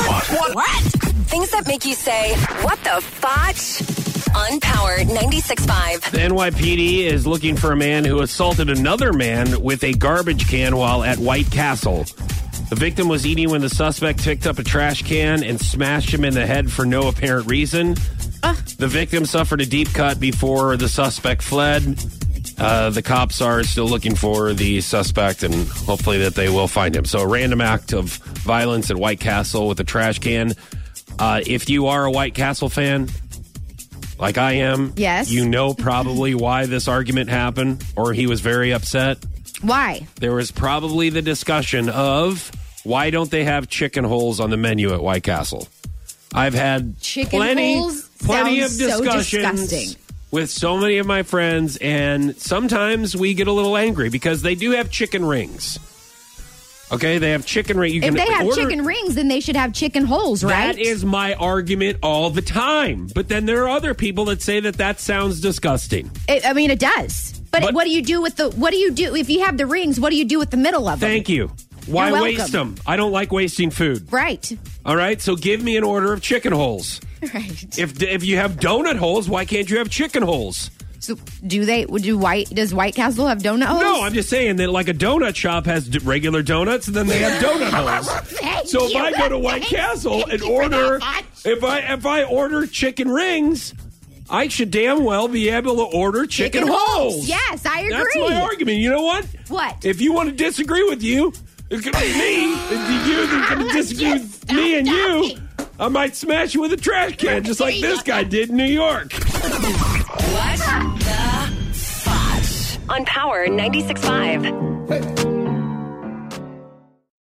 What? Things that make you say, what the fotch? Unpowered 96.5. The NYPD is looking for a man who assaulted another man with a garbage can while at White Castle. The victim was eating when the suspect picked up a trash can and smashed him in the head for no apparent reason. The victim suffered a deep cut before the suspect fled. Uh, the cops are still looking for the suspect and hopefully that they will find him. So, a random act of violence at White Castle with a trash can. Uh, if you are a White Castle fan, like I am, Yes. you know probably why this argument happened, or he was very upset Why? there was probably the discussion of why don't they have chicken holes on the menu at White Castle? I've had Chicken plenty, holes plenty of sounds so discussions disgusting. with so many of my friends, and sometimes we get a little angry because they do have chicken rings. Okay, they have chicken ring. You If can they have order- chicken rings, then they should have chicken holes, right? That is my argument all the time. But then there are other people that say that that sounds disgusting. It- I mean, it does. But, But- what do you do with the? What do you do if you have the rings? What do you do with the middle of them? Thank you. Why welcome. waste them? I don't like wasting food. Right. All right, so give me an order of chicken holes. Right. If if you have donut holes, why can't you have chicken holes? So do they? Would do white? Does White Castle have donut holes? No, I'm just saying that like a donut shop has d- regular donuts, and then they have donut holes. So if you. I go to White Thank- Castle thank and you for order, that much. if I if I order chicken rings, I should damn well be able to order chicken, holes. Yes, I agree. That's my argument. You know what? What? If you want to disagree with you, it's gonna be me. It's you that's gonna disagree with me and you. I might smash you with a trash can, just like this guy did in New York. What the fotch? On Power 96.5.